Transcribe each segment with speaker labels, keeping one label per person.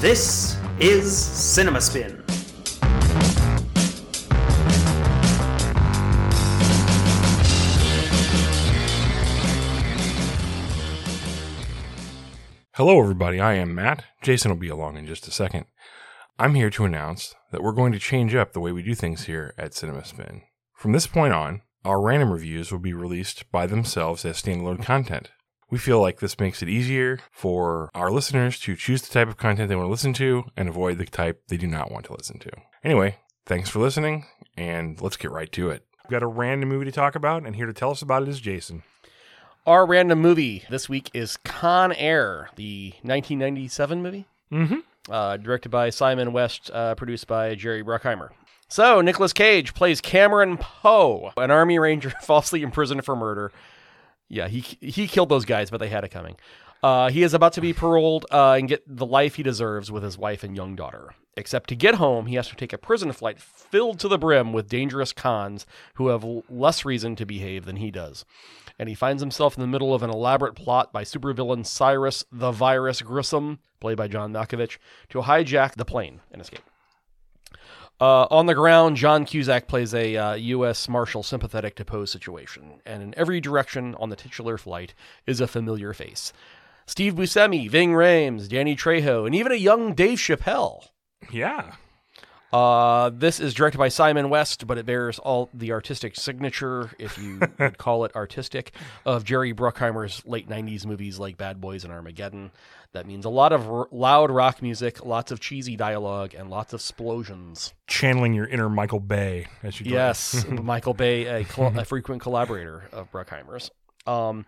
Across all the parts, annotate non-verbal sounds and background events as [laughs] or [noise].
Speaker 1: This is Cinema Spin.
Speaker 2: Hello, everybody. I am Matt. Jason will be along in just a second. I'm here to announce that we're going to change up the way we do things here at Cinema Spin. From this point on, our random reviews will be released by themselves as standalone content. We feel like this makes it easier for our listeners to choose the type of content they want to listen to and avoid the type they do not want to listen to. Anyway, thanks for listening, and let's get right to it. We've got a random movie to talk about, and here to tell us about it is Jason.
Speaker 3: Our random movie this week is Con Air, the 1997 movie,
Speaker 2: Mm-hmm.
Speaker 3: uh, directed by Simon West, uh, produced by Jerry Bruckheimer. So, Nicolas Cage plays Cameron Poe, an army ranger [laughs] falsely imprisoned for murder. Yeah, he he killed those guys, but they had it coming. Uh, he is about to be paroled uh, and get the life he deserves with his wife and young daughter. Except to get home, he has to take a prison flight filled to the brim with dangerous cons who have l- less reason to behave than he does. And he finds himself in the middle of an elaborate plot by supervillain Cyrus the Virus Grissom, played by John Malkovich, to hijack the plane and escape. Uh, on the ground, John Cusack plays a uh, U.S. Marshal sympathetic to Poe's situation, and in every direction on the titular flight is a familiar face. Steve Buscemi, Ving Rhames, Danny Trejo, and even a young Dave Chappelle.
Speaker 2: Yeah.
Speaker 3: Uh, this is directed by Simon West, but it bears all the artistic signature, if you would call it artistic, of Jerry Bruckheimer's late 90s movies like Bad Boys and Armageddon. That means a lot of r- loud rock music, lots of cheesy dialogue, and lots of explosions.
Speaker 2: Channeling your inner Michael Bay as you do it.
Speaker 3: Yes, [laughs] Michael Bay, a, col- a frequent collaborator of Bruckheimer's. Um,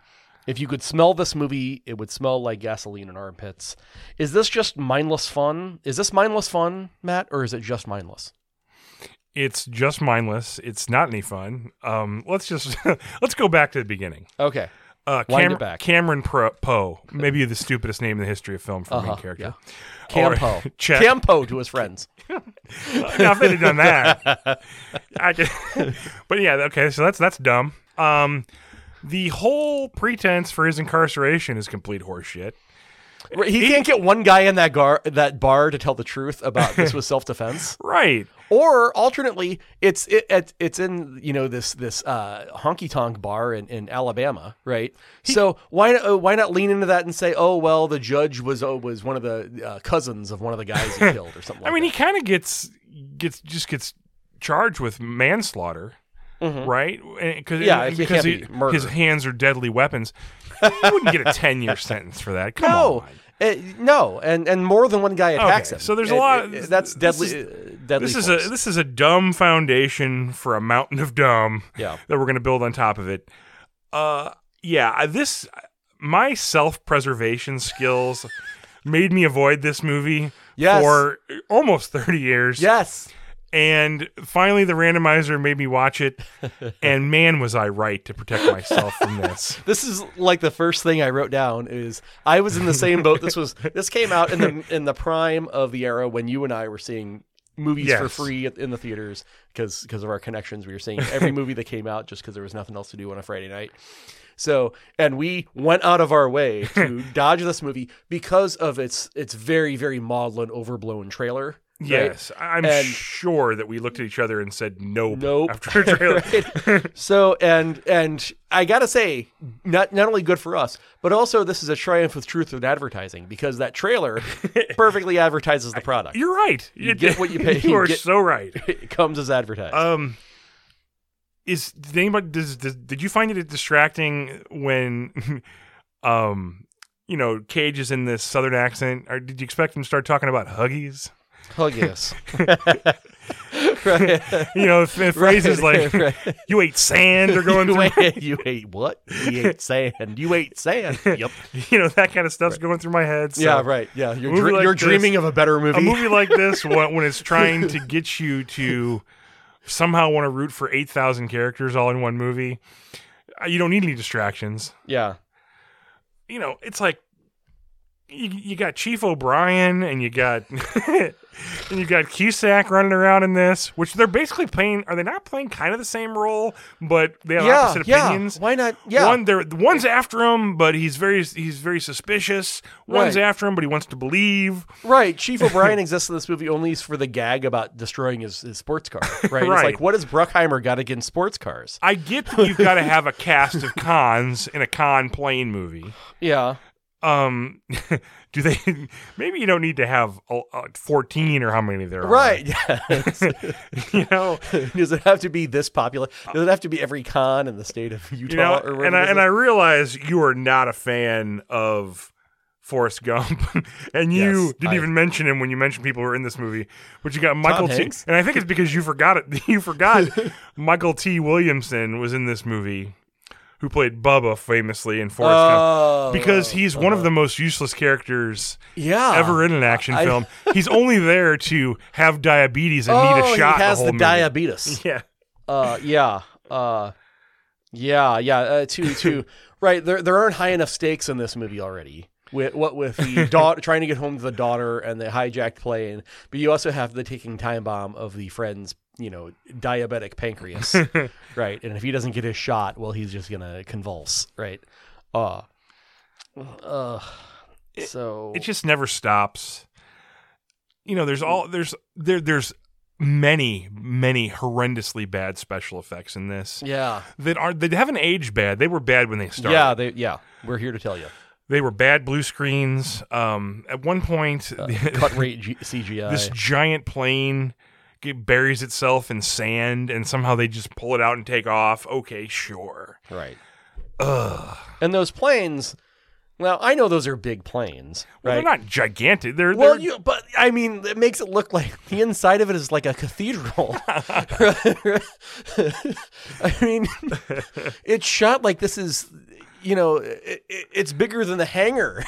Speaker 3: if you could smell this movie, it would smell like gasoline and armpits. Is this just mindless fun? Is this mindless fun, Matt, or is it just mindless?
Speaker 2: it's just mindless. It's not any fun. Um, let's just [laughs] let's go back to the beginning.
Speaker 3: Okay.
Speaker 2: Uh,
Speaker 3: Wind it back.
Speaker 2: Cameron Pro- Poe, maybe the stupidest name in the history of film for a
Speaker 3: Uh-huh,
Speaker 2: main character. Or-
Speaker 3: [laughs]
Speaker 2: [laughs]
Speaker 3: Campo.
Speaker 2: Check.
Speaker 3: Campo to his friends.
Speaker 2: now, if they'd have done
Speaker 3: [laughs]
Speaker 2: that, I could- [laughs] but yeah, okay. So that's that's dumb. Um, the whole pretense for his incarceration is complete horseshit.
Speaker 3: He can't get one guy in that gar- that bar to tell the truth about [laughs] this was self defense.
Speaker 2: Right.
Speaker 3: Or alternately, it's it, it, it's in you know this this uh, honky tonk bar in, in Alabama, right? so why uh, why not lean into that and say, oh well, the judge was oh, was one of the uh, cousins of one of the guys
Speaker 2: [laughs]
Speaker 3: he killed or something. Like
Speaker 2: I mean, he kind of gets gets just gets charged with manslaughter, right? And- 'cause-
Speaker 3: Mm-hmm. Yeah, it
Speaker 2: because
Speaker 3: can't
Speaker 2: he-
Speaker 3: be murder.
Speaker 2: his hands are deadly weapons. you wouldn't get a ten
Speaker 3: [laughs]
Speaker 2: year sentence for that.
Speaker 3: that.
Speaker 2: Come
Speaker 3: no,
Speaker 2: on.
Speaker 3: Uh, no, and and more than one guy attacks
Speaker 2: Okay,
Speaker 3: him.
Speaker 2: so there's a
Speaker 3: It-
Speaker 2: lot of-
Speaker 3: it- that's
Speaker 2: this
Speaker 3: deadly.
Speaker 2: is-
Speaker 3: uh, deadly.
Speaker 2: This is
Speaker 3: force.
Speaker 2: a this is a dumb foundation for a mountain of dumb
Speaker 3: Yeah.
Speaker 2: that we're going to build on top of it. Uh, yeah, I- this my self preservation skills made me avoid this movie
Speaker 3: Yes.
Speaker 2: for almost thirty years.
Speaker 3: yes.
Speaker 2: And finally, the randomizer made me watch
Speaker 3: [laughs]
Speaker 2: it. and man, was I right to protect myself from this.
Speaker 3: This is like the first thing I wrote down is I was in the same boat.
Speaker 2: [laughs]
Speaker 3: This was this came out in the in the prime of the era when you and I were seeing movies for
Speaker 2: Yes.
Speaker 3: free at- in the theaters because because of our connections. We were seeing
Speaker 2: [laughs]
Speaker 3: every movie that came out just because there was nothing else to do on a Friday night. So and we went out of our way
Speaker 2: [laughs]
Speaker 3: to dodge this movie because of its its very very maudlin overblown trailer. [laughs] right?
Speaker 2: Yes, I'm
Speaker 3: And-
Speaker 2: sure that we looked at each other and said nope,
Speaker 3: Nope.
Speaker 2: after a
Speaker 3: [laughs]
Speaker 2: trailer.
Speaker 3: So and and I gotta say, not not only good for us, but also this is a triumph with truth in advertising because
Speaker 2: [laughs]
Speaker 3: that trailer perfectly advertises the product.
Speaker 2: You're right. You,
Speaker 3: get what you
Speaker 2: [laughs]
Speaker 3: pay.
Speaker 2: You
Speaker 3: You
Speaker 2: are
Speaker 3: get-
Speaker 2: so right.
Speaker 3: It comes as advertised.
Speaker 2: Um, is did anybody does, does did you find it distracting when, [laughs] um, you know, Cage is in this southern accent? Or did you expect him to start talking about huggies?
Speaker 3: oh yes. [laughs] right.
Speaker 2: You
Speaker 3: [laughs]
Speaker 2: know, th- phrases
Speaker 3: Right,
Speaker 2: like
Speaker 3: right.
Speaker 2: "you ate sand"
Speaker 3: [laughs]
Speaker 2: are going
Speaker 3: you
Speaker 2: through.
Speaker 3: ate, you ate what? You ate sand. You
Speaker 2: [laughs]
Speaker 3: ate sand. Yep.
Speaker 2: you know that kind of stuff's going through my head. So
Speaker 3: yeah. Right. Yeah. You're,
Speaker 2: movie
Speaker 3: dre-
Speaker 2: like
Speaker 3: you're
Speaker 2: this-
Speaker 3: dreaming of a better movie.
Speaker 2: A
Speaker 3: [laughs]
Speaker 2: movie like this, when, when it's trying to get you to somehow want to root for eight thousand characters all in one movie, uh, you don't need any distractions.
Speaker 3: yeah.
Speaker 2: You know, it's like you, you got Chief O'Brien and you got [laughs] and you got Cusack running around in this, which they're basically playing. Are they not playing kind of the same role, but they have
Speaker 3: yeah,
Speaker 2: opposite
Speaker 3: yeah.
Speaker 2: opinions?
Speaker 3: Why not? Yeah,
Speaker 2: One, they're, one's after him, but he's very he's very suspicious. One's
Speaker 3: Right.
Speaker 2: after him, but he wants to believe. [laughs]
Speaker 3: right. Chief O'Brien exists in this movie only for the gag about destroying his, his sports
Speaker 2: [laughs]
Speaker 3: car. Right? It's
Speaker 2: Right.
Speaker 3: like, what has Bruckheimer got against sports cars?
Speaker 2: I get that you've got to have a cast of cons in a con plane movie.
Speaker 3: Yeah,
Speaker 2: Um, [laughs] do they? Maybe you don't need to have uh, uh, fourteen or how many there are.
Speaker 3: right. [laughs] Yes.
Speaker 2: [laughs] You know,
Speaker 3: Does it have to be this popular? Does it have to be every con in the state of Utah?
Speaker 2: you know,
Speaker 3: or whatever
Speaker 2: and I
Speaker 3: it is?
Speaker 2: and I realize you are not a fan of Forrest Gump, [laughs] and you
Speaker 3: Yes,
Speaker 2: didn't
Speaker 3: I-
Speaker 2: even mention him when you mentioned people who are in this movie. But you got Michael T,
Speaker 3: Hanks?
Speaker 2: and I think it's because you forgot it. [laughs] You
Speaker 3: [laughs]
Speaker 2: forgot Michael T. Williamson was in this movie, who played Bubba famously in Forrest Gump.
Speaker 3: Oh,
Speaker 2: Because he's one of the most useless characters
Speaker 3: yeah
Speaker 2: ever in an action
Speaker 3: I-
Speaker 2: film. He's only there to have diabetes and
Speaker 3: oh,
Speaker 2: need a shot.
Speaker 3: He has
Speaker 2: the,
Speaker 3: the,
Speaker 2: whole movie. [laughs]
Speaker 3: diabetes.
Speaker 2: Yeah.
Speaker 3: uh, yeah, uh, yeah, yeah. Uh,
Speaker 2: [laughs]
Speaker 3: to to right there there aren't high enough stakes in this movie already. With, what
Speaker 2: [laughs]
Speaker 3: with the daughter trying to get home to the daughter and the hijacked plane, but you also have the ticking time bomb of the friend's you know
Speaker 2: [laughs]
Speaker 3: diabetic pancreas, right? And if he doesn't get his shot, well, he's just gonna convulse, right? Uh, uh so
Speaker 2: It just never stops. You know, there's all there's there there's many many horrendously bad special effects in this
Speaker 3: yeah,
Speaker 2: that are that haven't aged bad. They were bad when they started.
Speaker 3: yeah, they, yeah. We're here to tell you.
Speaker 2: They were bad blue screens. Um at one point
Speaker 3: Uh,
Speaker 2: [laughs]
Speaker 3: Cut rate G- CGI.
Speaker 2: this giant plane get, buries itself in sand and somehow they just pull it out and take off. Okay, sure.
Speaker 3: Right.
Speaker 2: Ugh.
Speaker 3: And those planes, well, I know those are big planes,
Speaker 2: Well,
Speaker 3: right?
Speaker 2: they're not gigantic. They're
Speaker 3: Well,
Speaker 2: they're
Speaker 3: you, but I mean, it makes it look like the inside of it is like a
Speaker 2: [laughs]
Speaker 3: cathedral. I mean, it's shot like this is, you know, it, it, it's bigger than the hangar.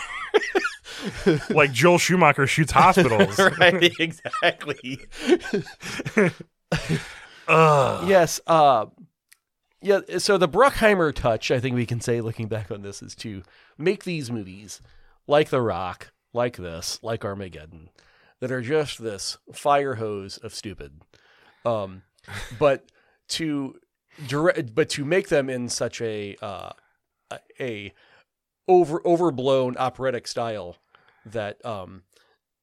Speaker 2: like Joel Schumacher
Speaker 3: [laughs]
Speaker 2: shoots hospitals.
Speaker 3: right, exactly.
Speaker 2: Ugh.
Speaker 3: yes. Uh, yeah. So the Bruckheimer touch, I think we can say, looking back on this, is to make these movies like The Rock, like this, like Armageddon, that are just this fire hose of stupid. Um, but to direct, but to make them in such a uh, a- a over overblown operatic style that um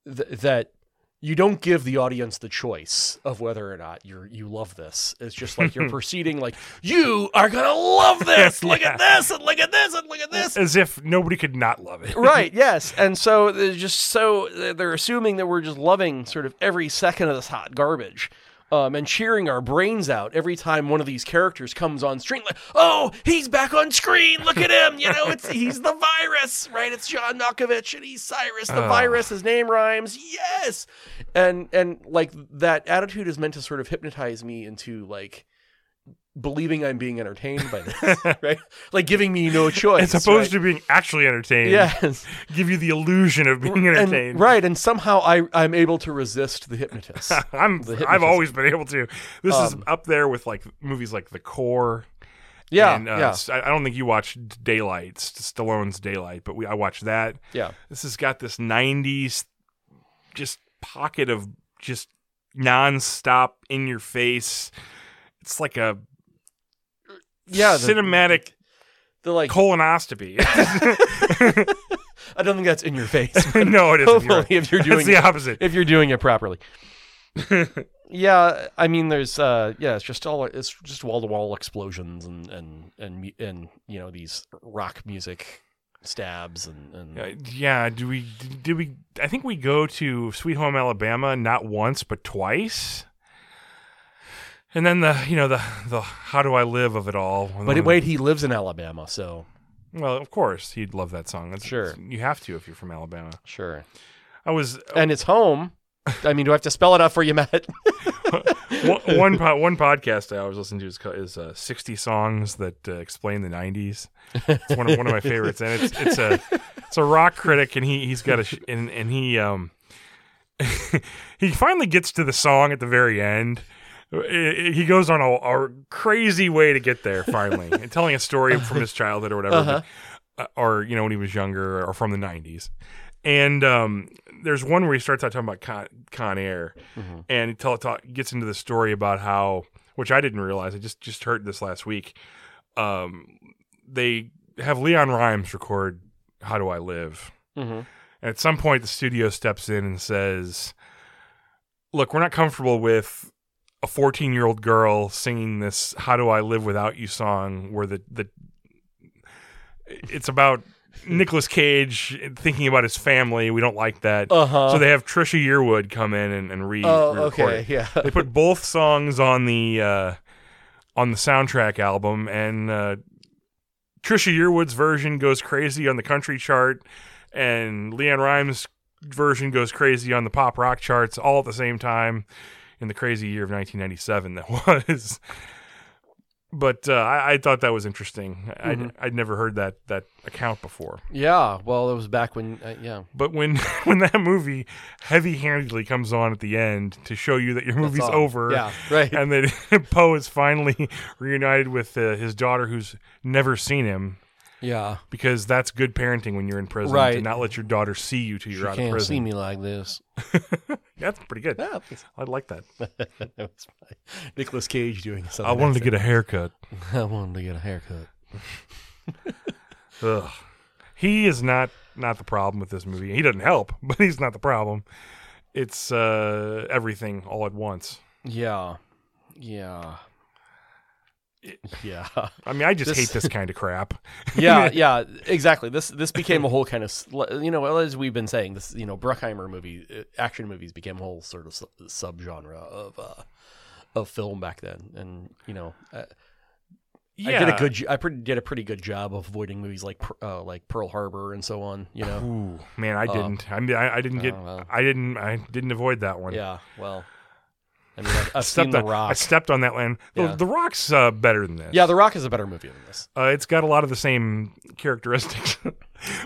Speaker 3: th- that you don't give the audience the choice of whether or not you you love this. It's just like you're proceeding like you are gonna love this. Look at this and look at this and look at this.
Speaker 2: As if nobody could not love it.
Speaker 3: right yes and so they're just so uh, they're assuming that we're just loving sort of every second of this hot garbage um, and cheering our brains out every time one of these characters comes on screen like oh he's back on screen look at him you know it's he's the virus right it's john malkovich and he's cyrus the
Speaker 2: Ugh.
Speaker 3: virus his name rhymes yes and and like that attitude is meant to sort of hypnotize me into like believing i'm being entertained by
Speaker 2: [laughs]
Speaker 3: this right like giving me no choice
Speaker 2: As opposed
Speaker 3: right?
Speaker 2: to being actually entertained.
Speaker 3: yes
Speaker 2: Give you the illusion of being
Speaker 3: and-
Speaker 2: entertained.
Speaker 3: right, and somehow I I'm able to resist the hypnotist.
Speaker 2: [laughs] I'm
Speaker 3: The
Speaker 2: I've
Speaker 3: hypnotist.
Speaker 2: always been able to. This is
Speaker 3: Um,
Speaker 2: up there with like movies like The Core.
Speaker 3: yeah,
Speaker 2: and, uh,
Speaker 3: yeah,
Speaker 2: I I don't think you watched Daylight, Stallone's Daylight, but we I watched that.
Speaker 3: yeah.
Speaker 2: This has got this '90s just pocket of just nonstop in your face. It's like a
Speaker 3: Yeah, the-
Speaker 2: cinematic
Speaker 3: They're like, [laughs]
Speaker 2: colonoscopy. [laughs]
Speaker 3: I don't think that's in your face.
Speaker 2: no, it isn't. You're
Speaker 3: Hopefully,
Speaker 2: right.
Speaker 3: if you're
Speaker 2: It's
Speaker 3: doing
Speaker 2: the opposite.
Speaker 3: if you're doing it
Speaker 2: [laughs]
Speaker 3: properly. yeah, I mean, there's uh, yeah, it's just all it's just wall to wall explosions and and and mu- and you know these rock music stabs and, and
Speaker 2: Uh, yeah, do we did we I think we go to Sweet Home Alabama not once but twice. And then the, you know, the the how do I live of it all.
Speaker 3: but it, wait, he lives in Alabama, so
Speaker 2: Well, of course, he'd love that song. That's
Speaker 3: Sure.
Speaker 2: You have to if you're from Alabama.
Speaker 3: sure.
Speaker 2: I was
Speaker 3: And it's home. I mean, do I have to spell it out for you, Matt?
Speaker 2: one one, po- one podcast I always listen to is co- is uh, 60 songs that uh, explain the 90s. It's one of one of my favorites and it's it's a it's a rock critic and he he's got a sh- and and he um [laughs] he finally gets to the song at the very end. I- I- He goes on a, a crazy way to get there finally and telling a story from his childhood or whatever
Speaker 3: Uh-huh.
Speaker 2: uh, or you know when he was younger or from the 90s. And um, there's one where he starts out talking about Con, Con Air, and he tell, talk, gets into the story about how, which I didn't realize, I just just heard this last week. Um, they have Leon Rhymes record "How Do I Live,"
Speaker 3: Mm-hmm.
Speaker 2: and at some point the studio steps in and says, "Look, we're not comfortable with." A 14 year old girl singing this "How Do I Live Without You" song, where the the it's about Nicolas Cage thinking about his family. We don't like that.
Speaker 3: Uh huh.
Speaker 2: So they have Trisha Yearwood come in and, and re
Speaker 3: Oh,
Speaker 2: record
Speaker 3: okay. Yeah. [laughs]
Speaker 2: They put both songs on the uh, on the soundtrack album, and uh, Trisha Yearwood's version goes crazy on the country chart, and Leon Rhymes' version goes crazy on the pop rock charts all at the same time in the crazy year of 1997 that [laughs] was. But uh, I, I thought that was interesting.
Speaker 3: Mhm.
Speaker 2: I'd, I'd never heard that that account before.
Speaker 3: Yeah. Well, it was back when. Uh, yeah.
Speaker 2: But when [laughs] when that movie heavy handedly comes on at the end to show you that your movie's
Speaker 3: That's all.
Speaker 2: over,
Speaker 3: Yeah. Right.
Speaker 2: [laughs] and that Poe is finally [laughs] reunited with uh, his daughter who's never seen him
Speaker 3: [laughs] Yeah.
Speaker 2: because that's good parenting when you're in prison to
Speaker 3: Right.
Speaker 2: not let your daughter see you till you're
Speaker 3: You
Speaker 2: out
Speaker 3: can't
Speaker 2: of prison.
Speaker 3: see me like this.
Speaker 2: That's pretty good.
Speaker 3: Yeah. [laughs]
Speaker 2: I like that.
Speaker 3: That's Nicholas Cage [laughs] doing something.
Speaker 2: I wanted to get a haircut.
Speaker 3: I wanted to get [laughs] a haircut.
Speaker 2: Ugh. He is not not the problem with this movie. He doesn't help, [laughs] but he's not the problem. It's uh, everything all at once.
Speaker 3: Yeah. Yeah. Yeah.
Speaker 2: I mean, I just
Speaker 3: This-
Speaker 2: hate this kind of crap.
Speaker 3: [laughs]
Speaker 2: [laughs]
Speaker 3: yeah, yeah, exactly. This this became a whole kind of sl- you know as we've been saying this you know Bruckheimer movie uh, action movies became a whole sort of sub- subgenre of uh, of film back then, and you know uh, I, I did a good j- I pretty, did a pretty good job of avoiding movies like Pr- uh, like Pearl Harbor and so on. You know,
Speaker 2: Ooh, man, I didn't. I mean, I, I didn't [laughs] get.
Speaker 3: oh, well.
Speaker 2: I didn't. I didn't avoid that one.
Speaker 3: yeah. Well, I mean, I've,
Speaker 2: [laughs]
Speaker 3: I've
Speaker 2: Stepped
Speaker 3: seen The
Speaker 2: on- I
Speaker 3: Rock.
Speaker 2: stepped on that land. The,
Speaker 3: Yeah.
Speaker 2: the Rock's uh, better than this.
Speaker 3: [laughs] yeah, The Rock is a better movie than
Speaker 2: [laughs]
Speaker 3: this.
Speaker 2: uh, it's got a lot of the same characteristics. [laughs]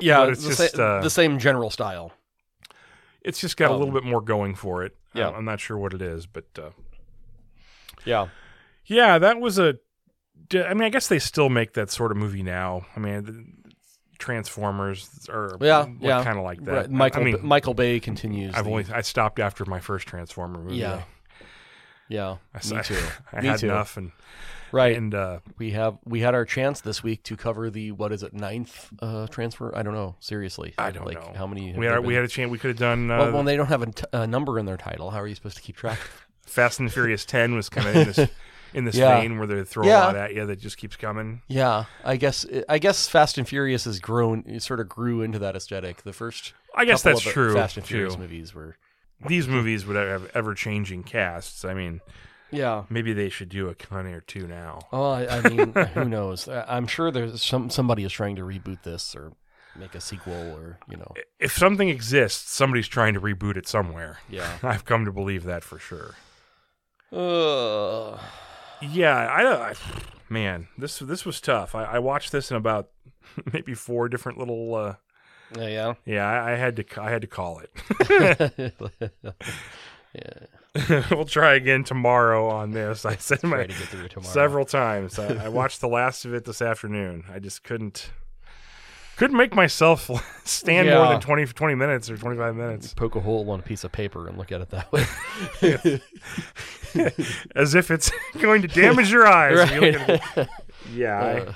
Speaker 3: Yeah,
Speaker 2: But it's
Speaker 3: the,
Speaker 2: just,
Speaker 3: sa-
Speaker 2: uh,
Speaker 3: the same general style.
Speaker 2: it's just got a little bit
Speaker 3: Um,
Speaker 2: more going for it. I-
Speaker 3: yeah.
Speaker 2: I'm not sure what it is, but uh,
Speaker 3: Yeah,
Speaker 2: yeah, that was a. d- I mean, I guess they still make that sort of movie now. I mean, the Transformers are
Speaker 3: Yeah, yeah.
Speaker 2: kind of like that.
Speaker 3: Right,
Speaker 2: I-
Speaker 3: Michael
Speaker 2: I mean,
Speaker 3: B- Michael Bay continues.
Speaker 2: I've
Speaker 3: the-
Speaker 2: only I stopped after my first Transformer movie.
Speaker 3: Yeah, yeah,
Speaker 2: I, [laughs]
Speaker 3: me
Speaker 2: I-
Speaker 3: too.
Speaker 2: I
Speaker 3: [laughs] Me
Speaker 2: had
Speaker 3: too.
Speaker 2: enough, and
Speaker 3: Right.
Speaker 2: and uh,
Speaker 3: we have we had our chance this week to cover the what is it ninth uh, transfer? I don't know. Seriously,
Speaker 2: I don't
Speaker 3: like,
Speaker 2: know
Speaker 3: How many? have
Speaker 2: We
Speaker 3: there
Speaker 2: had we
Speaker 3: been?
Speaker 2: had a chance. We could have done uh,
Speaker 3: Well, when they don't have a, t- a number in their title, how are you supposed to keep track?
Speaker 2: Fast and the Furious Ten was kind of in this in this
Speaker 3: [laughs] Yeah.
Speaker 2: vein where they throw a
Speaker 3: Yeah.
Speaker 2: lot at you that just keeps coming.
Speaker 3: yeah, I guess I guess Fast and Furious has grown. It sort of grew into that aesthetic. The first,
Speaker 2: I guess
Speaker 3: couple
Speaker 2: that's
Speaker 3: of the
Speaker 2: true.
Speaker 3: Fast and
Speaker 2: too.
Speaker 3: Furious movies were.
Speaker 2: These movies would have ever changing casts. I mean,
Speaker 3: Yeah.
Speaker 2: maybe they should do a Con Air two now.
Speaker 3: Well, I, I mean, [laughs] who knows? I- I'm sure there's some somebody is trying to reboot this or make a sequel or you know.
Speaker 2: If something exists, somebody's trying to reboot it somewhere. [laughs]
Speaker 3: [laughs] Yeah.
Speaker 2: I've come to believe that for sure.
Speaker 3: Ugh.
Speaker 2: Yeah, I, I man, this this was tough. I, I watched this in about [laughs] maybe four different little. Uh, [laughs]
Speaker 3: Yeah.
Speaker 2: yeah, I, I had to I had to call it. [laughs]
Speaker 3: yeah.
Speaker 2: we'll try again tomorrow on this. I said
Speaker 3: Try
Speaker 2: my
Speaker 3: to get through tomorrow.
Speaker 2: several times. I, I watched the last of it this afternoon. I just couldn't couldn't make myself [laughs] stand more
Speaker 3: Yeah.
Speaker 2: than 20, 20 minutes or twenty five minutes,
Speaker 3: poke a hole on a piece of paper and look at it
Speaker 2: [laughs]
Speaker 3: that way.
Speaker 2: as if it's [laughs] going to damage your eyes. if you look at it.
Speaker 3: [laughs] right.
Speaker 2: Yeah. I-
Speaker 3: Uh,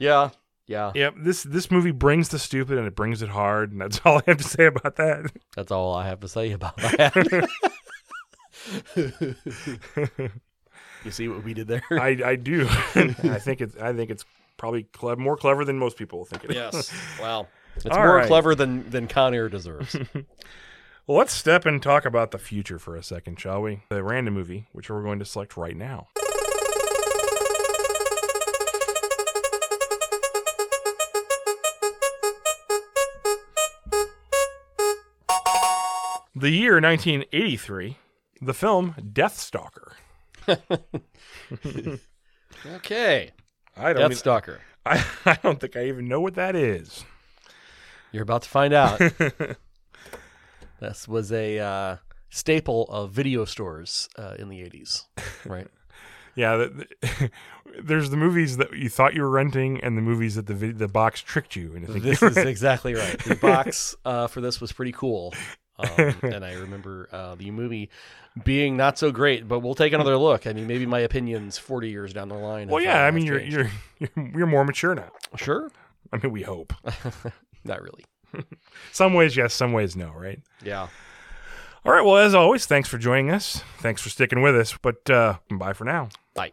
Speaker 3: yeah. Yeah.
Speaker 2: Yep, this this movie brings the stupid and it brings it hard, and that's [laughs] all I have to say about that.
Speaker 3: That's all I have to say about [laughs] that. you see what we did there?
Speaker 2: [laughs] I, I do. I think it's I think it's probably cle- more clever than most people think it is.
Speaker 3: yes. Wow. It's
Speaker 2: All
Speaker 3: more
Speaker 2: right.
Speaker 3: clever than than Con
Speaker 2: [laughs]
Speaker 3: Air deserves.
Speaker 2: Well, let's step and talk about the future for a second, shall we? The random movie, which we're going to select right now. The year 1983, the film Deathstalker.
Speaker 3: okay.
Speaker 2: I don't,
Speaker 3: Death
Speaker 2: even,
Speaker 3: Stalker.
Speaker 2: I, [laughs] I don't think I even know what that is.
Speaker 3: You're about to find
Speaker 2: [laughs]
Speaker 3: out. this
Speaker 2: [laughs]
Speaker 3: was a uh, staple of video stores uh, in the 80s, right?
Speaker 2: Yeah, the, the- [laughs] there's the movies that you thought you were renting, and the movies that the vi- the box tricked you into thinking.
Speaker 3: This is exactly right. The box uh, for this was pretty cool.
Speaker 2: [laughs]
Speaker 3: Um, and I remember uh, the movie being not so great, but we'll take another look. I mean, maybe my opinions 40 years down the line.
Speaker 2: well,
Speaker 3: have,
Speaker 2: yeah,
Speaker 3: uh,
Speaker 2: I
Speaker 3: have
Speaker 2: mean, you're,
Speaker 3: changed.
Speaker 2: you're [laughs] you're you're more mature now.
Speaker 3: Sure.
Speaker 2: I mean, we hope.
Speaker 3: Not really.
Speaker 2: Some ways yes, some ways no, right?
Speaker 3: Yeah.
Speaker 2: All right. Well, as always, thanks for joining us. Thanks for sticking with us. But uh, bye for now.
Speaker 3: Bye.